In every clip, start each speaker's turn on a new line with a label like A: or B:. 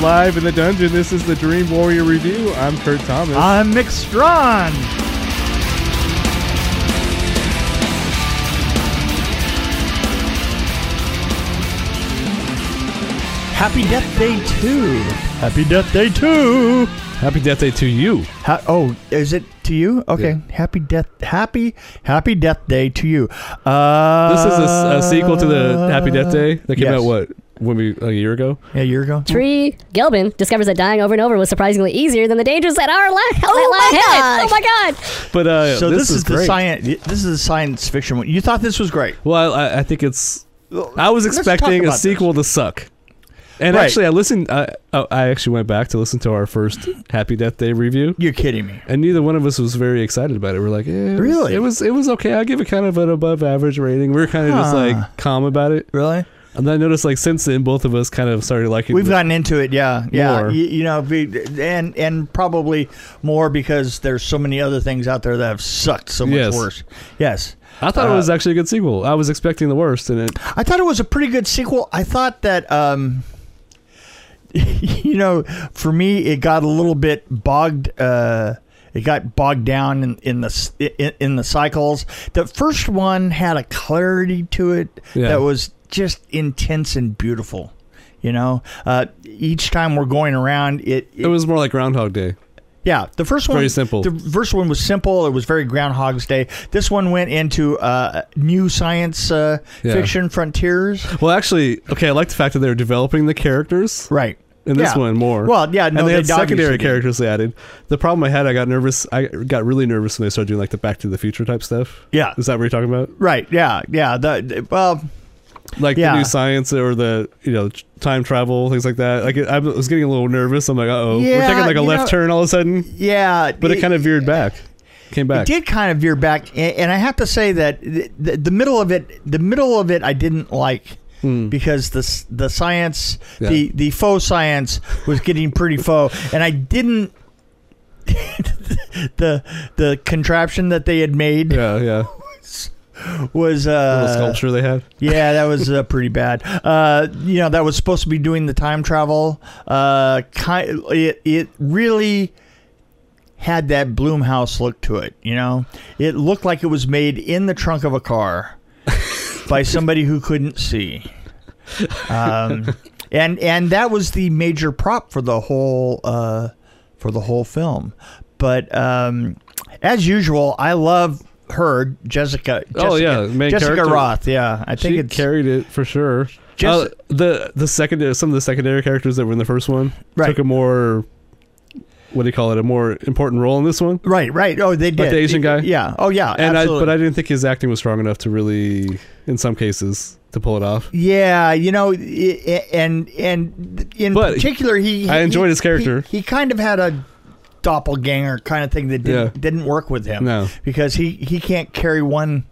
A: live in the dungeon. This is the Dream Warrior Review. I'm Kurt Thomas.
B: I'm Mick Strawn.
C: Happy Death Day 2.
B: Happy Death Day 2.
A: Happy Death Day to you.
B: Ha- oh, is it to you? Okay. Happy Death Happy Happy Death Day to you. Uh,
A: This is a, s- a sequel to the Happy Death Day that came
B: yes.
A: out what when we a year ago.
B: Yeah, a year ago.
D: Tree Gilbin discovers that dying over and over was surprisingly easier than the dangers that are la- that lie ahead. Oh my god!
A: But uh,
B: so this,
A: is,
B: is, the
A: great.
B: science. This is the science fiction one. You thought this was great.
A: Well, I, I think it's. I was
B: Let's talk
A: expecting a
B: about this.
A: sequel to suck. And
B: Right.
A: actually, I listened. I, I I actually went back to listen to our first Happy Death Day review,
B: You're kidding me.
A: and neither one of us was very excited about it. We're like, eh, it was-
B: Really?
A: It was it was okay. I give it kind of an above average rating. We were kind of just
B: Huh.
A: like calm about it.
B: Really?
A: And then I noticed like since then, both of us kind of started liking.
B: We've
A: the-
B: gotten into it. Yeah, yeah.
A: More.
B: You, you know, be- and and probably more because there's so many other things out there that have sucked so much
A: Yes.
B: worse. Yes.
A: I thought it
B: uh,
A: was actually a good sequel. I was expecting the worst, and it
B: I thought it was a pretty good sequel. I thought that, um, you know, for me, it got a little bit bogged. Uh, it got bogged down in, in the s- in, in the cycles. The first one had a clarity to it
A: Yeah.
B: that was just intense and beautiful. You know, uh, each time we're going around, it,
A: it was more like Groundhog Day.
B: yeah, the first one
A: Very simple.
B: The first one was simple. It was very Groundhog's Day. This one went into uh, new science uh,
A: Yeah.
B: fiction frontiers.
A: Well, actually, okay, I like the fact that they were developing the characters.
B: Right.
A: in this
B: Yeah.
A: one more.
B: Well, yeah,
A: and
B: no,
A: they,
B: they
A: had secondary
B: obviously did.
A: characters they added. The problem I had, I got nervous. I got really nervous when they started doing like the Back to the Future type stuff.
B: Yeah.
A: is that what you're talking about?
B: Right. Yeah. Yeah. The, the- well,
A: Like the
B: Yeah.
A: new science or the you know t- time travel things like that. Like I was getting a little nervous. I'm like, uh oh, we're
B: Yeah,
A: taking like a
B: you
A: left
B: know-
A: turn all of a sudden.
B: yeah.
A: But it, kind of veered back, came
B: it
A: back.
B: did kind of veer back, a- and I have to say that the, the, the middle of it, the middle of it, I didn't like.
A: Hmm.
B: Because the s- the science,
A: Yeah.
B: the the faux science was getting pretty faux, and I didn't the the contraption that they had made
A: Yeah, yeah.
B: was
A: The
B: uh,
A: little sculpture they had.
B: Yeah, that was uh, pretty bad. Uh, you know, that was supposed to be doing the time travel. Uh, ki it, it really had that Bloomhouse look to it. You know, it looked like it was made in the trunk of a car by somebody who couldn't see. Um, and and that was the major prop for the whole uh, for the whole film. But um, as usual, I love her, Jessica. Jessica
A: Oh, yeah, main
B: Jessica
A: character.
B: Roth. Yeah, I think
A: She
B: it's
A: carried it for sure.
B: Just-
A: Uh, the the secondary some of the secondary characters that were in the first one
B: Right.
A: took a more what do you call it a more important role in this one.
B: right, right. Oh, they did
A: the Asian guy?
B: Yeah. Oh, yeah.
A: and I,
B: absolutely.
A: but I didn't think his acting was strong enough to really, in some cases, to pull it off.
B: Yeah, you know, i- i- and and in
A: But
B: particular, he
A: I enjoyed
B: he-
A: his character.
B: He, he kind of had a doppelganger kind of thing that didn't
A: Yeah.
B: didn't work with him.
A: No.
B: because he he can't carry one.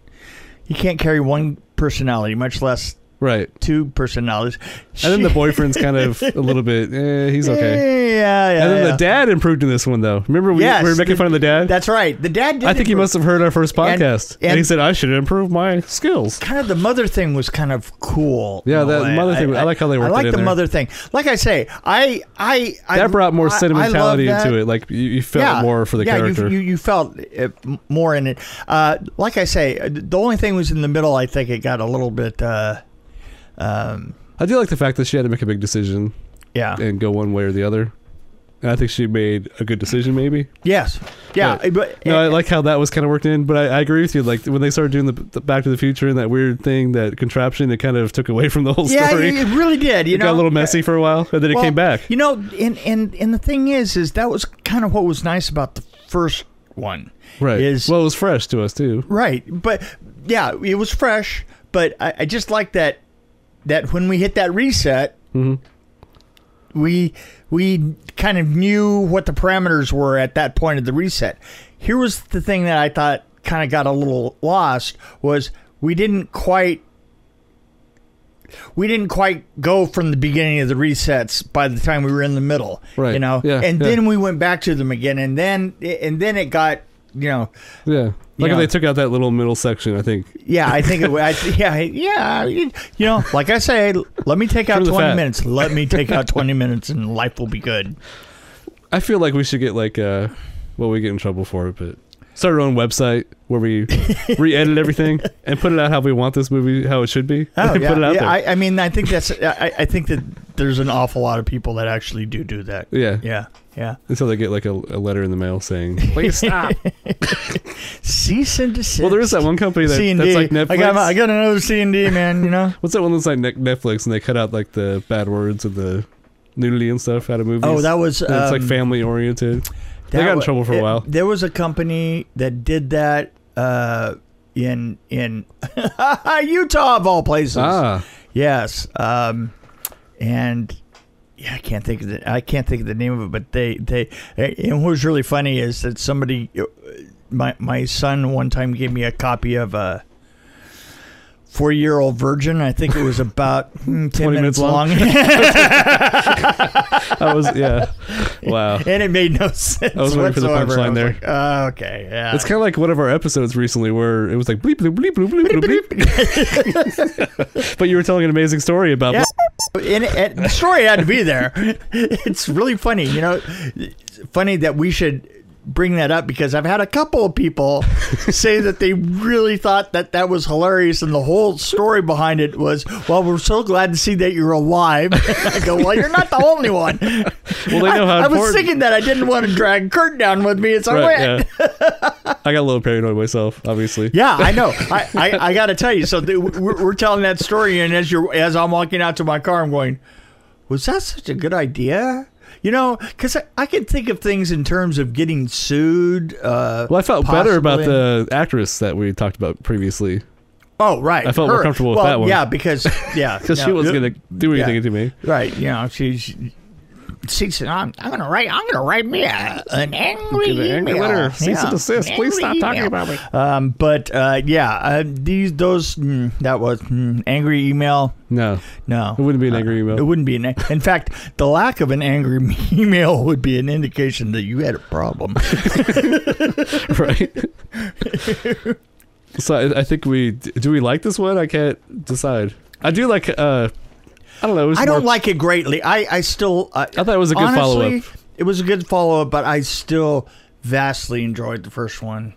B: He can't carry one personality, much less
A: Right.
B: two personalities.
A: And then the boyfriend's kind of a little bit. Eh, he's okay.
B: Yeah, yeah.
A: And then
B: yeah.
A: the dad improved in this one, though. Remember we,
B: Yes,
A: we were making
B: the-
A: fun of the dad.
B: That's right. The dad. Did
A: I think he
B: improve.
A: must have heard our first
B: And-
A: podcast, and,
B: and-
A: he said I should improve my skills.
B: kind of the mother thing was kind of cool.
A: Yeah,
B: in a
A: that
B: way.
A: mother thing- I like how they
B: I
A: worked
B: like
A: it in
B: the
A: there.
B: mother thing. Like I say, I I I
A: that brought more
B: I- I
A: sentimentality
B: love that.
A: into it. Like you, you felt more for the
B: yeah,
A: character.
B: You, you, you felt uh, m- more in it. Uh, like I say, uh, the only thing was in the middle. I think it got a little bit. Uh, um,
A: I do like the fact that she had to make a big decision
B: yeah.
A: and go one way or the other. And I think she made a good decision, maybe.
B: yes. Yeah.
A: Right.
B: But,
A: No, I like how that was kind of worked in, but I, I agree with you. Like when they started doing the, the Back to the Future and that weird thing, that contraption, it kind of took away from the whole
B: yeah,
A: story.
B: it really did. You
A: it
B: know,
A: got a little messy for a while, and then it
B: Well,
A: came back.
B: You know, and and and the thing is, is that was kind of what was nice about the first one.
A: right.
B: Is
A: well, it was fresh to us too.
B: Right, but yeah, it was fresh. But I, I just like that that when we hit that reset,
A: Mm-hmm.
B: we we kind of knew what the parameters were at that point of the reset. Here was the thing that I thought kind of got a little lost was we didn't quite we didn't quite go from the beginning of the resets by the time we were in the middle
A: Right.
B: you know
A: Yeah,
B: and
A: yeah.
B: then we went back to them again and then and then it got you know,
A: Yeah. Like
B: Yeah.
A: if they took out that little middle section, I think.
B: yeah, I think it would. I, yeah, yeah. You know, like I say, let me take out
A: Trim the
B: 20
A: fat.
B: minutes. Let me take out 20 minutes and life will be good.
A: I feel like we should get like uh well we get in trouble for it, but start our own website where we re edit everything and put it out how we want this movie how it should be.
B: Oh,
A: and
B: yeah.
A: put it out
B: yeah,
A: there.
B: I, I mean, I think that's. I, I think that there's an awful lot of people that actually do do that.
A: yeah.
B: Yeah, yeah.
A: Until they get like a, a letter in the mail saying Please stop.
B: Cease and desist.
A: well there is that one company that,
B: C and
A: that's like Netflix.
B: I got, my- I got another C and D, man. You know.
A: What's that one that's like Ne- Netflix and they cut out like the bad words and the nudity and stuff out of movies?
B: Oh, that was.
A: And it's like
B: um,
A: family oriented. They
B: that
A: got in
B: wa-
A: trouble for a
B: it-
A: while.
B: There was a company that did that uh, in in Utah of all places.
A: Ah,
B: Yes, um, and yeah, I can't think of the, I can't think of the name of it, but they they and what was really funny is that somebody my my son one time gave me a copy of a four year old virgin. I think it was about hmm, ten
A: 20 minutes
B: minutes long,
A: long. that was yeah. Wow.
B: and it made no sense.
A: I was waiting for the
B: whatsoever. I
A: punchline
B: was
A: there.
B: like, oh, okay, yeah.
A: It's kind of like one of our episodes recently where it was like bleep bleep bleep bleep bleep bleep. bleep. but you were telling an amazing story about.
B: Yeah. And, and the story had to be there. It's really funny, you know. It's funny that we should bring that up because I've had a couple of people say that they really thought that that was hilarious, and the whole story behind it was, "Well, we're so glad to see that you're alive." I go, "Well, you're not the only one."
A: Well, they know how
B: I, I was
A: important-
B: thinking that I didn't want to drag Kurt down with me, and so I went.
A: Right, yeah. I got a little paranoid myself, obviously.
B: Yeah, I know. I, I, I got to tell you. So th- we're, we're telling that story, and as you're as I'm walking out to my car, I'm going, "Was that such a good idea?" You know, because I, I can think of things in terms of getting sued. Uh,
A: Well, I felt better about
B: possibly-
A: the actress that we talked about previously
B: Oh, right.
A: I felt more comfortable with
B: Well,
A: that one.
B: Yeah, because yeah,
A: because she
B: no,
A: wasn't gonna do anything
B: yeah.
A: to me.
B: Right. You know, she's. She said, I'm, "I'm gonna write. I'm gonna write me a, an angry,
A: Give an angry
B: email.
A: letter. Cease and desist. Please stop
B: Angry
A: talking
B: email.
A: about me.
B: Um, but uh, yeah, uh, these those mm, that was mm, angry email.
A: No,
B: No, Uh,
A: it wouldn't be an angry
B: It
A: email.
B: wouldn't be an. In fact, the lack of an angry email would be an indication that you had a problem.
A: right. so I, I think we do. We like this one. I can't decide. I do like. uh I don't know. It was
B: I
A: more,
B: don't like it greatly. I I still. Uh,
A: I thought it was a good follow up.
B: honestly, it was a good follow up, but I still vastly enjoyed the first one.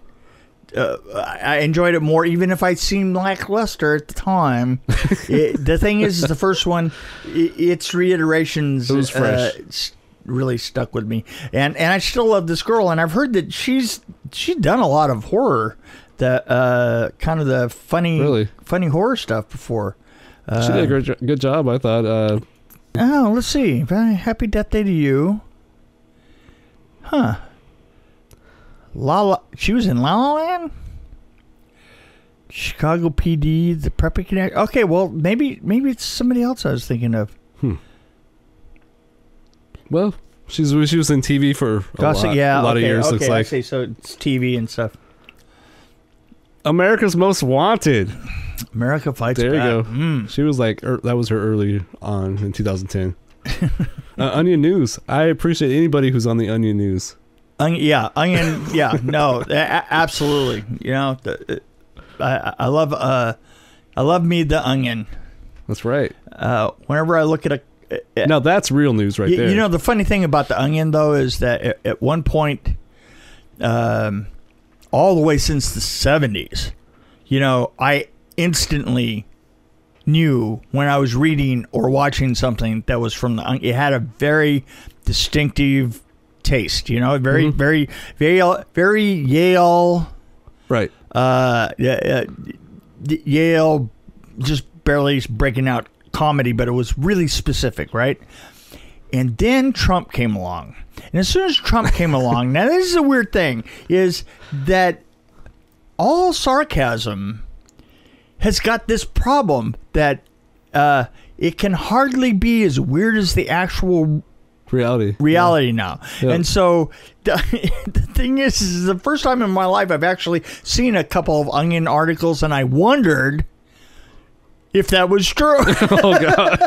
B: Uh, I I enjoyed it more, even if I seemed lackluster at the time. it, the thing is, is the first one, i its reiterations
A: It was fresh.
B: Uh, s- really stuck with me, and and I still love this girl. And I've heard that she's she's done a lot of horror, the uh, kind of the funny
A: Really?
B: funny horror stuff before. Uh,
A: She did a great, jo- good job, I thought. Uh,
B: Oh, let's see. Very happy death day to you. Huh. La La she was in La La Land? Chicago PD, the Preppy Connect. Okay, well maybe maybe it's somebody else I was thinking of.
A: well, she's she was in TV for a
B: Gossip,
A: lot,
B: yeah,
A: a lot
B: okay,
A: of years.
B: Okay,
A: looks
B: I
A: like
B: see. So it's TV and stuff.
A: America's Most Wanted.
B: America fights.
A: There you
B: back.
A: go.
B: Mm.
A: She was like er, that was her early on in 2010. uh, Onion News. I appreciate anybody who's on the Onion News.
B: Onion, yeah, onion. Yeah, no, a- a- absolutely. You know, the, I I love uh, I love me the onion.
A: That's right.
B: Uh, whenever I look at a
A: Now that's real news right
B: Y-
A: there.
B: You know, the funny thing about the onion, though, is that at, at one point, um, all the way since the 70s, you know, I instantly knew when I was reading or watching something that was from the onion. It had a very distinctive taste, you know, very,
A: Mhm.
B: very, very, very Yale
A: right?
B: uh, yeah, uh, D- Yale just barely breaking out comedy, but it was really specific, right? And then Trump came along, and as soon as Trump came along, now this is a weird thing: is that all sarcasm has got this problem that uh, it can hardly be as weird as the actual
A: Reality.
B: reality now.
A: Yeah.
B: And so the, the thing is, is the first time in my life I've actually seen a couple of Onion articles, and I wondered if that was true.
A: oh god.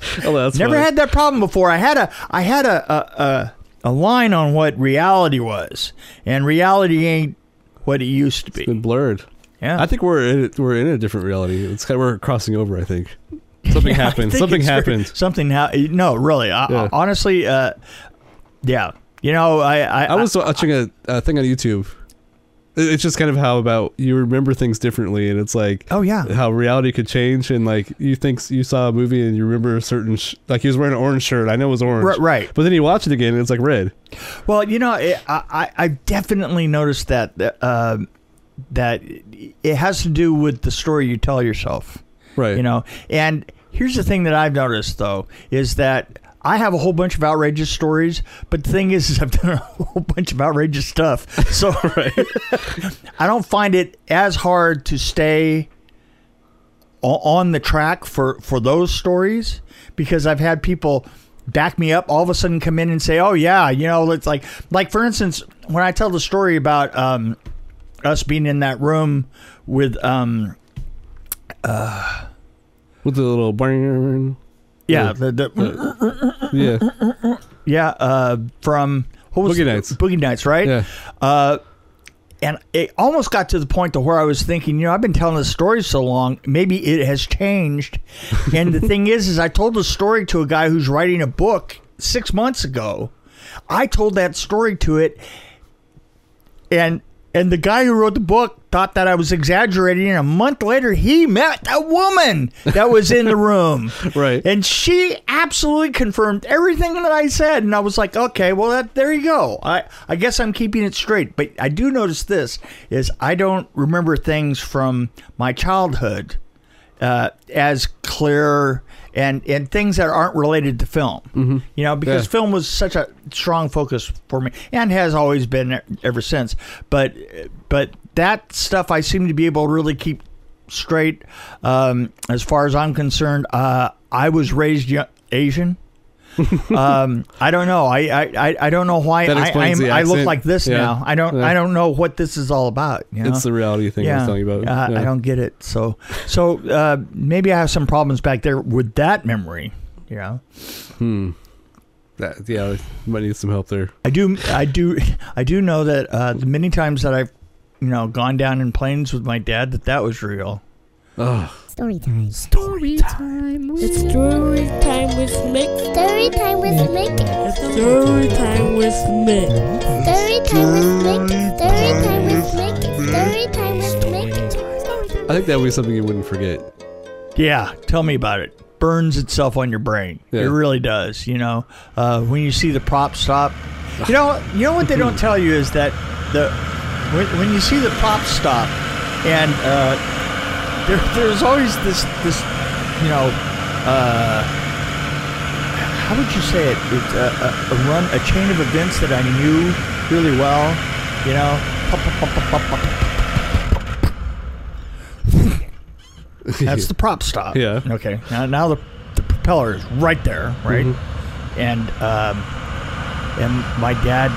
A: oh, that's
B: Never
A: funny.
B: had that problem before. I had a I had a a, a a line on what reality was, and reality ain't what it used to be.
A: been blurred.
B: Yeah,
A: I think we're in it, we're in a different reality. It's kind of, we're crossing over. I think something
B: I
A: happened.
B: think
A: Something
B: it's very-
A: happened.
B: Something ha- No, really. I,
A: Yeah.
B: Honestly, uh, yeah. You know, I I,
A: I was watching a, a thing on YouTube. It- It's just kind of how about you remember things differently, and it's like
B: oh yeah.
A: how reality could change, and like you think s- you saw a movie and you remember a certain sh- like he was wearing an orange shirt. I know it was orange,
B: Right, right.
A: But then you watch it again, and it's like red.
B: Well, you know, it, I I I've definitely noticed that that, uh, that it has to do with the story you tell yourself.
A: Right.
B: You know, and here's the thing that I've noticed though is that I have a whole bunch of outrageous stories, but the thing is, is I've done a whole bunch of outrageous stuff, so I don't find it as hard to stay o- on the track for for those stories because I've had people back me up all of a sudden come in and say, "Oh yeah, you know, it's like like for instance, when I tell the story about um, us being in that room with um,
A: with the little burn.
B: yeah,
A: Yeah.
B: the, the,
A: yeah,
B: Yeah, uh, from what was
A: Boogie
B: it?
A: Nights.
B: Boogie Nights, right?
A: yeah.
B: Uh, and it almost got to the point to where I was thinking, you know, I've been telling this story so long, maybe it has changed. and the thing is, is I told the story to a guy who's writing a book six months ago. I told that story to it, and and the guy who wrote the book thought that I was exaggerating. And a month later, he met a woman that was in the room.
A: Right.
B: And she absolutely confirmed everything that I said, and I was like, okay, well, that there you go. I I guess I'm keeping it straight. But I do notice this is I don't remember things from my childhood uh, as clear and and things that aren't related to film. You know, because
A: Mm-hmm. Yeah.
B: film was such a strong focus for me and has always been e- ever since. But but that stuff I seem to be able to really keep straight. Um, as far as I'm concerned, uh, I was raised yo- Asian. um, I don't know. I, I, I- I don't know why
A: That
B: I,
A: explains
B: I'm-
A: the
B: I look
A: accent.
B: like this
A: Yeah.
B: now. I don't
A: Yeah.
B: I don't know what this is all about. You know?
A: It's the reality thing I was telling you about.
B: Uh,
A: Yeah.
B: I don't get it. So, so uh, maybe I have some problems back there with that memory. You know,
A: Hmm. That, yeah, you might need some help there.
B: I do, I do, I do know that uh, the many times that I've, you know, gone down in planes with my dad, that that was real.
A: Oh,
E: Story time.
D: Story time.
E: It's story time with Mick.
F: Story time with Mick.
E: It's story time with Mick.
F: Story time with Mick. Story time with Mick. Story time with Mick.
A: I think that would be something you wouldn't forget.
B: Yeah, tell me about it. Burns itself on your brain.
A: Yeah.
B: It really does. You know, uh, when you see the prop stop, you know, you know what they don't tell you is that the when, when you see the prop stop, and uh, there, there's always this this you know, uh, how would you say it? It's a, a, a run, a chain of events that I knew really well. You know, Pop, pop, pop, pop, pop, pop. That's the prop stop.
A: Yeah.
B: Okay. Now, now the, the propeller is right there, right? And um, and my dad,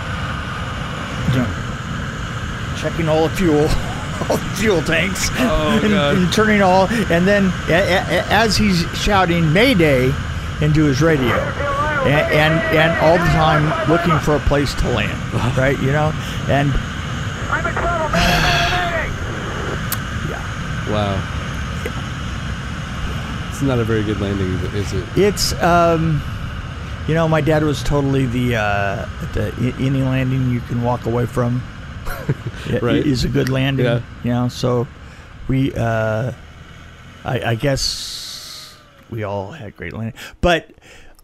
B: you know, checking all the fuel, all the fuel tanks,
A: Oh,
B: and,
A: God.
B: and turning all, and then a, a, a- as he's shouting "Mayday" into his radio, and, and and all the time looking for a place to land, right? You know, and
A: Wow. It's not a very good landing, either, is it?
B: It's um, you know, my dad was totally the uh, the a- any landing you can walk away from i-
A: Right.
B: is a good landing.
A: Yeah.
B: You know, so we uh, I, I guess we all had great landing, but.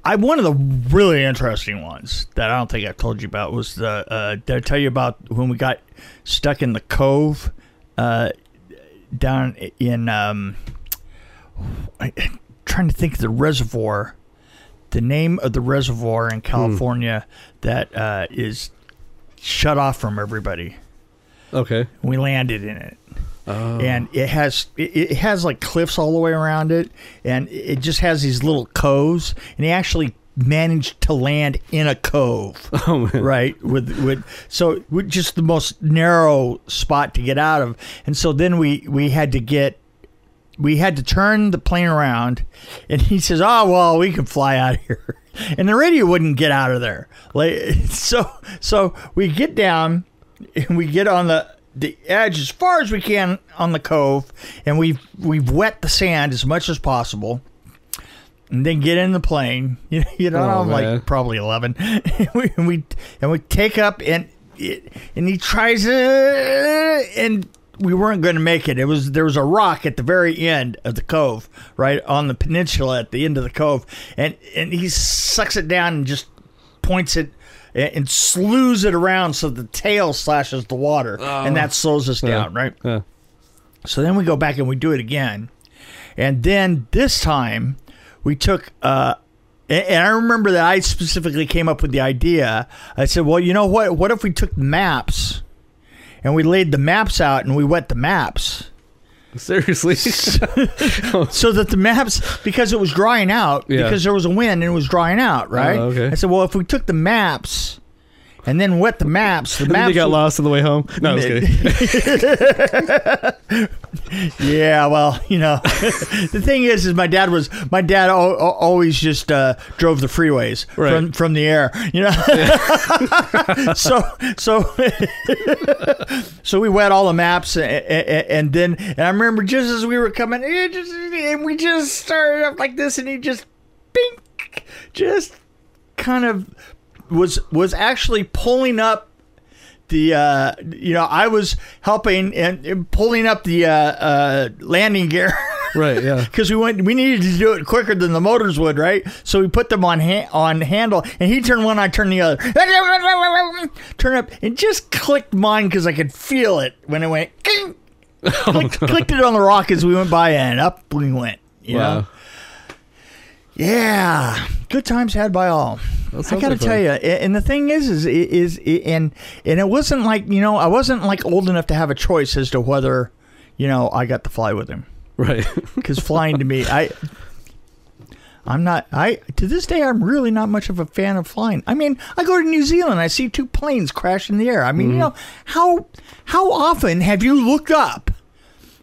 B: I one of the really interesting ones that I don't think I've told you about was the uh, did I tell you about when we got stuck in the cove uh, down in um, I, I'm trying to think of the reservoir, the name of the reservoir in California that uh, is shut off from everybody.
A: Okay.
B: We landed in it,
A: Oh.
B: and it has it, it has like cliffs all the way around it, and it just has these little coves, and he actually managed to land in a cove
A: oh man.
B: right with with so with just the most narrow spot to get out of and so then we we had to get "Ah, we had to turn the plane around and he says oh well we can fly out of here and the radio wouldn't get out of there. Like so, so we get down and we get on the the edge as far as we can on the cove, and we've we've wet the sand as much as possible. And then get in the plane. You know, you know
A: Oh,
B: I'm
A: man.
B: like probably eleven. and, we, and we and we take up and it, and he tries uh, and we weren't going to make it. It was there was a rock at the very end of the cove, right on the peninsula at the end of the cove, and and he sucks it down and just points it and, and slews it around so the tail slashes the water, and that slows us down, right?
A: Yeah.
B: So then we go back and we do it again. And then this time we took, uh, and and I remember that I specifically came up with the idea. I said, well, you know what? What if we took maps and we laid the maps out and we wet the maps
A: Seriously.
B: so that the maps, because it was drying out,
A: Yeah.
B: because there was a wind and it was drying out, right?
A: Oh, okay.
B: I said, well, if we took the maps and then wet the maps, the
A: And then
B: maps
A: you got
B: would-
A: lost on the way home. No, I was kidding.
B: Yeah, well, you know, the thing is, is my dad was my dad al- al- always just uh, drove the freeways
A: Right.
B: from from the air, you know. so so so we wet all the maps, and, and then and I remember just as we were coming, eh, just- and we just started up like this, and he just bink, just kind of was was actually pulling up the uh, you know I was helping and, and pulling up the uh, uh, landing gear
A: Right, yeah.
B: because we went we needed to do it quicker than the motors would right so we put them on ha- on handle and he turned one I turned the other turn up and just clicked mine because I could feel it when it went "King!" clicked, clicked it on the rock as we went by and up we went you know?
A: Wow.
B: Yeah, good times had by all. I
A: sounds
B: got to
A: like
B: tell
A: fun.
B: you, and the thing is, is is and and it wasn't like you know I wasn't like old enough to have a choice as to whether you know I got to fly with him
A: Right.
B: because flying to me I. I'm not. I to this day, I'm really not much of a fan of flying. I mean, I go to New Zealand, I see two planes crash in the air. I mean,
A: Mm-hmm.
B: you know how how often have you looked up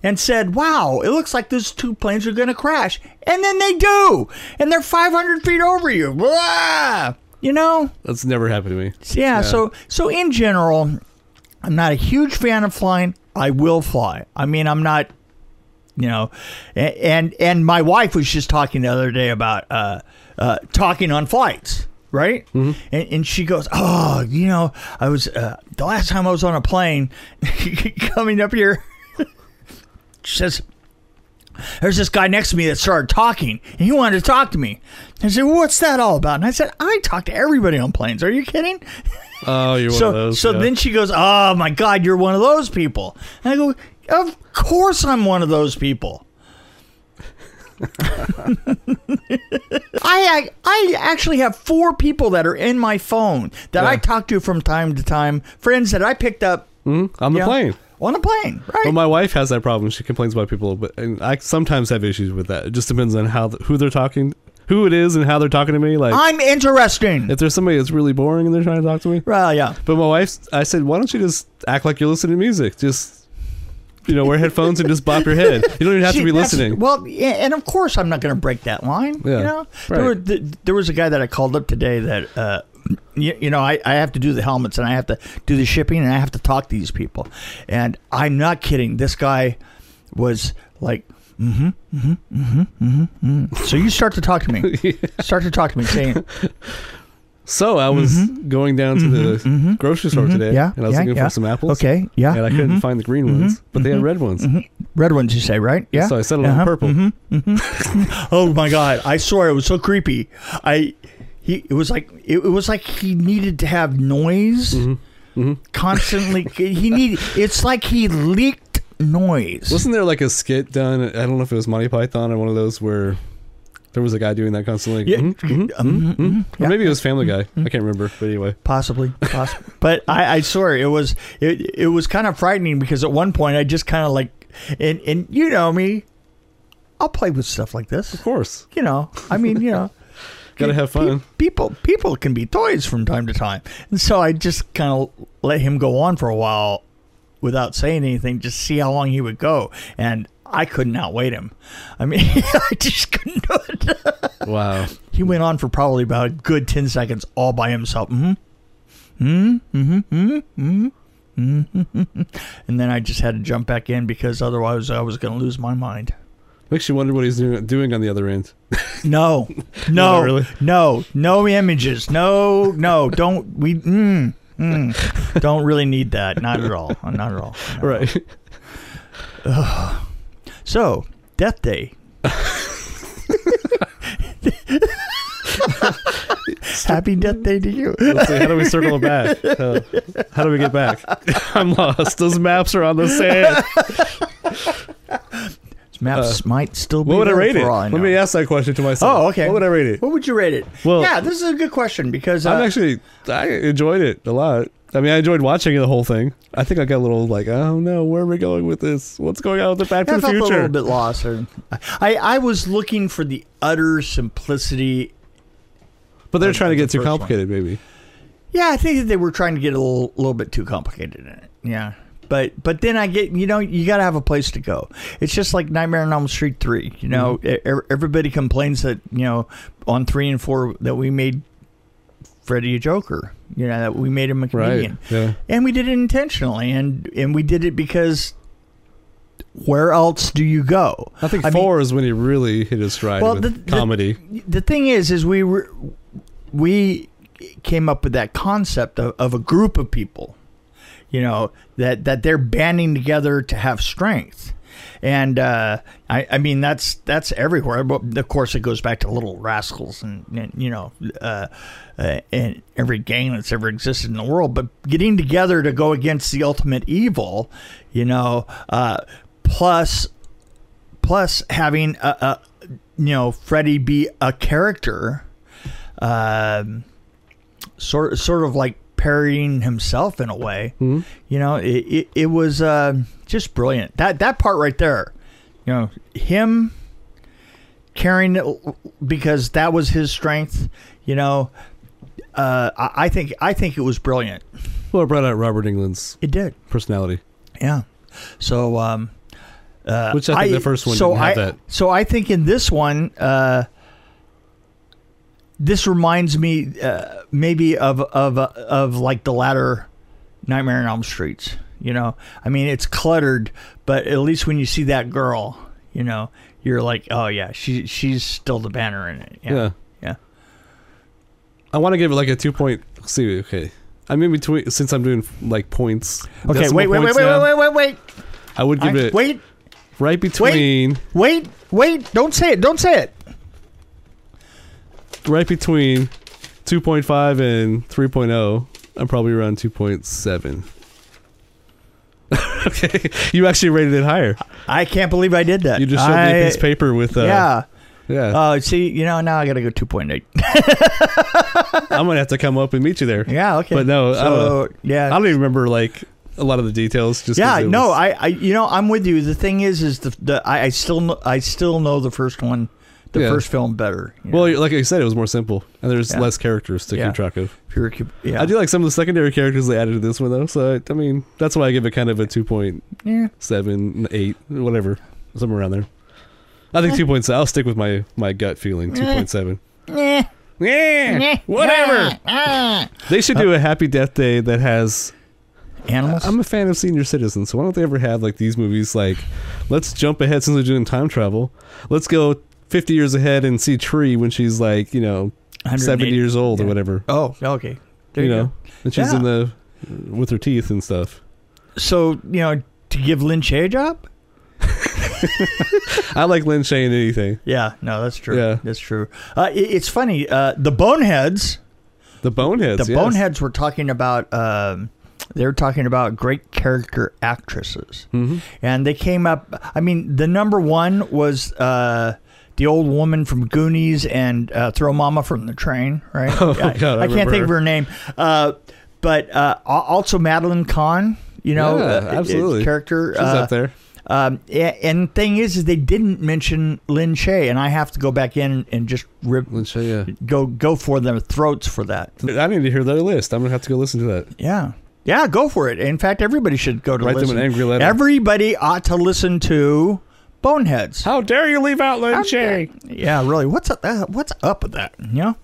B: and said, "Wow, it looks like those two planes are going to crash," and then they do, and they're 500 feet over you. Blah! You know,
A: That's never happened to me.
B: yeah, So so in general, I'm not a huge fan of flying. I will fly. I mean, I'm not, you know, a- and and my wife was just talking the other day about uh, uh, talking on flights. Right, and, and she goes, "Oh, you know, I was uh, the last time I was on a plane coming up here." she says, there's this guy next to me that started talking and he wanted to talk to me. I said, well, what's that all about? And I said, I talk to everybody on planes. Are you kidding?
A: Oh, you're one
B: so
A: of those.
B: so
A: yeah.
B: then she goes, oh my God, you're one of those people. And I go, of course I'm one of those people. I, I I actually have four people that are in my phone that I
A: Yeah.
B: talk to from time to time, friends that I picked up
A: Mhm, on the
B: yeah,
A: plane.
B: on a plane, right?
A: Well, Oh my wife has that problem. She complains about people, but and I sometimes have issues with that. It just depends on how who they're talking, who it is, and how they're talking to me. Like
B: I'm interesting.
A: if there's somebody that's really boring and they're trying to talk to me.
B: well, yeah.
A: But my wife, I said, why don't you just act like you're listening to music? Just you know, wear headphones and just bop your head. You don't even have
B: She-
A: to be
B: that's-
A: listening.
B: Well, yeah, and of course I'm not going to break that line.
A: Yeah,
B: you know, there,
A: right.
B: were, th- there was a guy that I called up today that, uh, you, you know, I, I have to do the helmets and I have to do the shipping and I have to talk to these people. And I'm not kidding. This guy was like, mm-hmm, mm-hmm, mm-hmm, mm-hmm. So you start to talk to me. Start to talk to me saying,
A: So I was
B: Mm-hmm.
A: going down to the grocery store today,
B: yeah,
A: and I was
B: yeah,
A: looking
B: yeah.
A: for some apples.
B: mm-hmm." okay, yeah. mm-hmm,
A: and I couldn't find the green ones, but they had red ones.
B: Red ones, you say, right? Yeah. Mm-hmm.
A: So I settled
B: Uh-huh.
A: on purple.
B: Oh my god! I swear it was so creepy. I he it was like it, it was like he needed to have noise
A: Mm-hmm.
B: constantly. he needed. It's like he leaked noise.
A: Wasn't there like a skit done? I don't know if it was Monty Python or one of those where there was a guy doing that constantly.
B: Yeah.
A: Mhm, mhm,
B: Um,
A: mhm.
B: yeah. Mm-hmm.
A: Or maybe it was Family Guy. I can't remember. But anyway,
B: Possibly, possibly. but I, I swear it was it, it was kind of frightening because at one point I just kind of like and and you know me, I'll play with stuff like this.
A: of course,
B: You know, I mean, you know.
A: gotta have
B: Pe-
A: fun.
B: people people can be toys from time to time, and so I just kind of let him go on for a while without saying anything, just see how long he would go, and. I couldn't outwait him. I mean, I just couldn't do it.
A: Wow.
B: He went on for probably about a good 10 seconds all by himself. Mm-hmm. Mm-hmm. Mm-hmm. Mm-hmm. Mm-hmm. And then I just had to jump back in because otherwise I was going to lose my mind.
A: Makes you wonder what he's doing, doing on the other end.
B: No, no,
A: really.
B: no, no images. No, no, don't we? Mm, mm, don't really need that. Not at all. Not at all. Not at all.
A: Right.
B: So, Death Day. Happy Death Day to you.
A: Let's see. How do we circle it back? Uh, how do we get back? I'm lost. Those maps are on the sand.
B: This map
A: Uh,
B: might still be
A: What would I
B: there
A: rate
B: for
A: it?
B: all I
A: Let
B: know.
A: me ask that question to myself.
B: Oh, okay.
A: What would I rate it?
B: What would you rate it?
A: Well-
B: yeah, this is a good question because uh,
A: I'm actually I enjoyed it a lot. I mean, I enjoyed watching the whole thing. I think I got a little like, oh no, where are we going with this? What's going on with the Back
B: I
A: to the
B: felt a
A: Future?
B: little bit lost. Or, I I was looking for the utter simplicity.
A: But they're trying to get
B: That's the
A: too
B: first one.
A: complicated, maybe.
B: Yeah, I think that they were trying to get a little, little bit too complicated in it. Yeah. But, but then I get you know you gotta have a place to go. It's just like Nightmare on Elm Street three. You know e- e- everybody complains that you know on three and four that we made Freddy a Joker. You know that we made him a comedian.
A: Right. Yeah.
B: and we did it intentionally and and we did it because where else do you go
A: I think
B: I mean-
A: four is when he really hit his stride
B: Well,
A: with
B: the- the-
A: comedy.
B: the thing is is we were we came up with that concept of, of a group of people you know that that they're banding together to have strength and uh, I, I mean that's that's everywhere but of course it goes back to little rascals and, and you know uh, uh, and every gang that's ever existed in the world but getting together to go against the ultimate evil you know uh, plus plus having a, a you know Freddy be a character, um, sort sort of like parodying himself in a way.
A: Hmm?
B: You know, it it, it was uh, just brilliant. That that part right there, you know, him carrying it because that was his strength. You know, uh, I, I think I think it was brilliant.
A: Well, it brought out Robert England's
B: It did,
A: personality,
B: yeah. So. Um, uh,
A: which I think the first one
B: so
A: didn't
B: I,
A: have that.
B: So I think in this one, uh, this reminds me uh, maybe of of uh, of like the latter Nightmare on Elm Streets. You know, I mean, it's cluttered, but at least when you see that girl, you know, you're like, oh yeah, she she's still the banner in it.
A: Yeah.
B: Yeah, yeah.
A: I want to give it like a two point. let's see, okay. I'm in between since I'm doing like points.
B: Okay,
A: decimal
B: wait, wait, wait,
A: points
B: wait,
A: now,
B: wait, wait, wait, wait,
A: I would give
B: I-
A: it
B: wait,
A: right between
B: wait, wait! Don't say it! Don't say it!
A: right between 2.5 and 3.0. I'm probably around 2.7. okay, you actually rated it higher.
B: I can't believe I did that.
A: You just showed
B: I,
A: me a piece of paper with uh,
B: Yeah.
A: yeah.
B: Oh, see, you know, now I gotta go two point eight.
A: I'm gonna have to come up and meet you there.
B: Yeah, okay.
A: But no, I don't
B: so,
A: I
B: yeah,
A: don't even remember like a lot of the details. Just 'cause
B: yeah.
A: it
B: No,
A: was-
B: I, I, you know, I'm with you. The thing is, is the, the I, I still, kn- I still know the first one, the
A: Yeah.
B: first film better. you know,
A: well, like I said, it was more simple, and there's
B: Yeah.
A: less characters to
B: Yeah.
A: keep track of.
B: if you're a cub- yeah,
A: I do like some of the secondary characters they added to this one though. So I, I mean, that's why I give it kind of a 2.7,
B: yeah.
A: 8, whatever, somewhere around there. I think 2.7. I'll stick with my my gut feeling. 2.7. Yeah, whatever. They should
B: Uh,
A: do a Happy Death Day that has
B: animals.
A: I'm a fan of senior citizens, so why don't they ever have like these movies? Like, let's jump ahead since we're doing time travel. Let's go 50 years ahead and see Tree when she's like, you know, 70
B: 180.
A: years old or
B: yeah.
A: whatever.
B: Oh, okay. There
A: you
B: you,
A: know, and she's in
B: Yeah.
A: the with her teeth and stuff.
B: go. So you know, to give Lin Che a job.
A: I like Lin Shay in anything.
B: Yeah, no, that's true.
A: Yeah.
B: That's true. Uh, it, it's funny. Uh, the Boneheads.
A: The Boneheads.
B: the
A: yes.
B: Boneheads were talking about. Um, they were talking about great character actresses,
A: Mhm.
B: and they came up. I mean, the number one was uh, the old woman from Goonies and uh, Throw Mama from the Train, right?
A: Oh, God, I
B: I can't
A: remember
B: think of
A: her.
B: her name, uh, but uh, al- also Madeline Kahn. You know,
A: Yeah,
B: uh, i- i-
A: absolutely.
B: character.
A: She's
B: uh,
A: up there.
B: um, a- and thing is, is they didn't mention Lin Shay, and I have to go back in and just rip,
A: Lin Shay. Yeah.
B: go go for their throats for that.
A: I need to hear their list. I'm gonna have to go listen to that.
B: Yeah. Yeah, go for it. In fact, everybody should go to
A: Write them
B: listen.
A: an angry letter.
B: Everybody ought to listen to boneheads.
A: How dare you leave out Lin Shay?
B: Yeah, really. What's up? Uh, what's up with that? You know.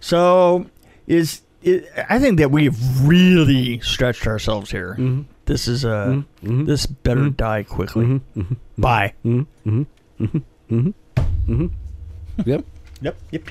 B: So is it, I think that we've really stretched ourselves here. This is a this better die quickly. Bye.
A: Yep.
B: Mm-hmm. Yep. Yep. Yep.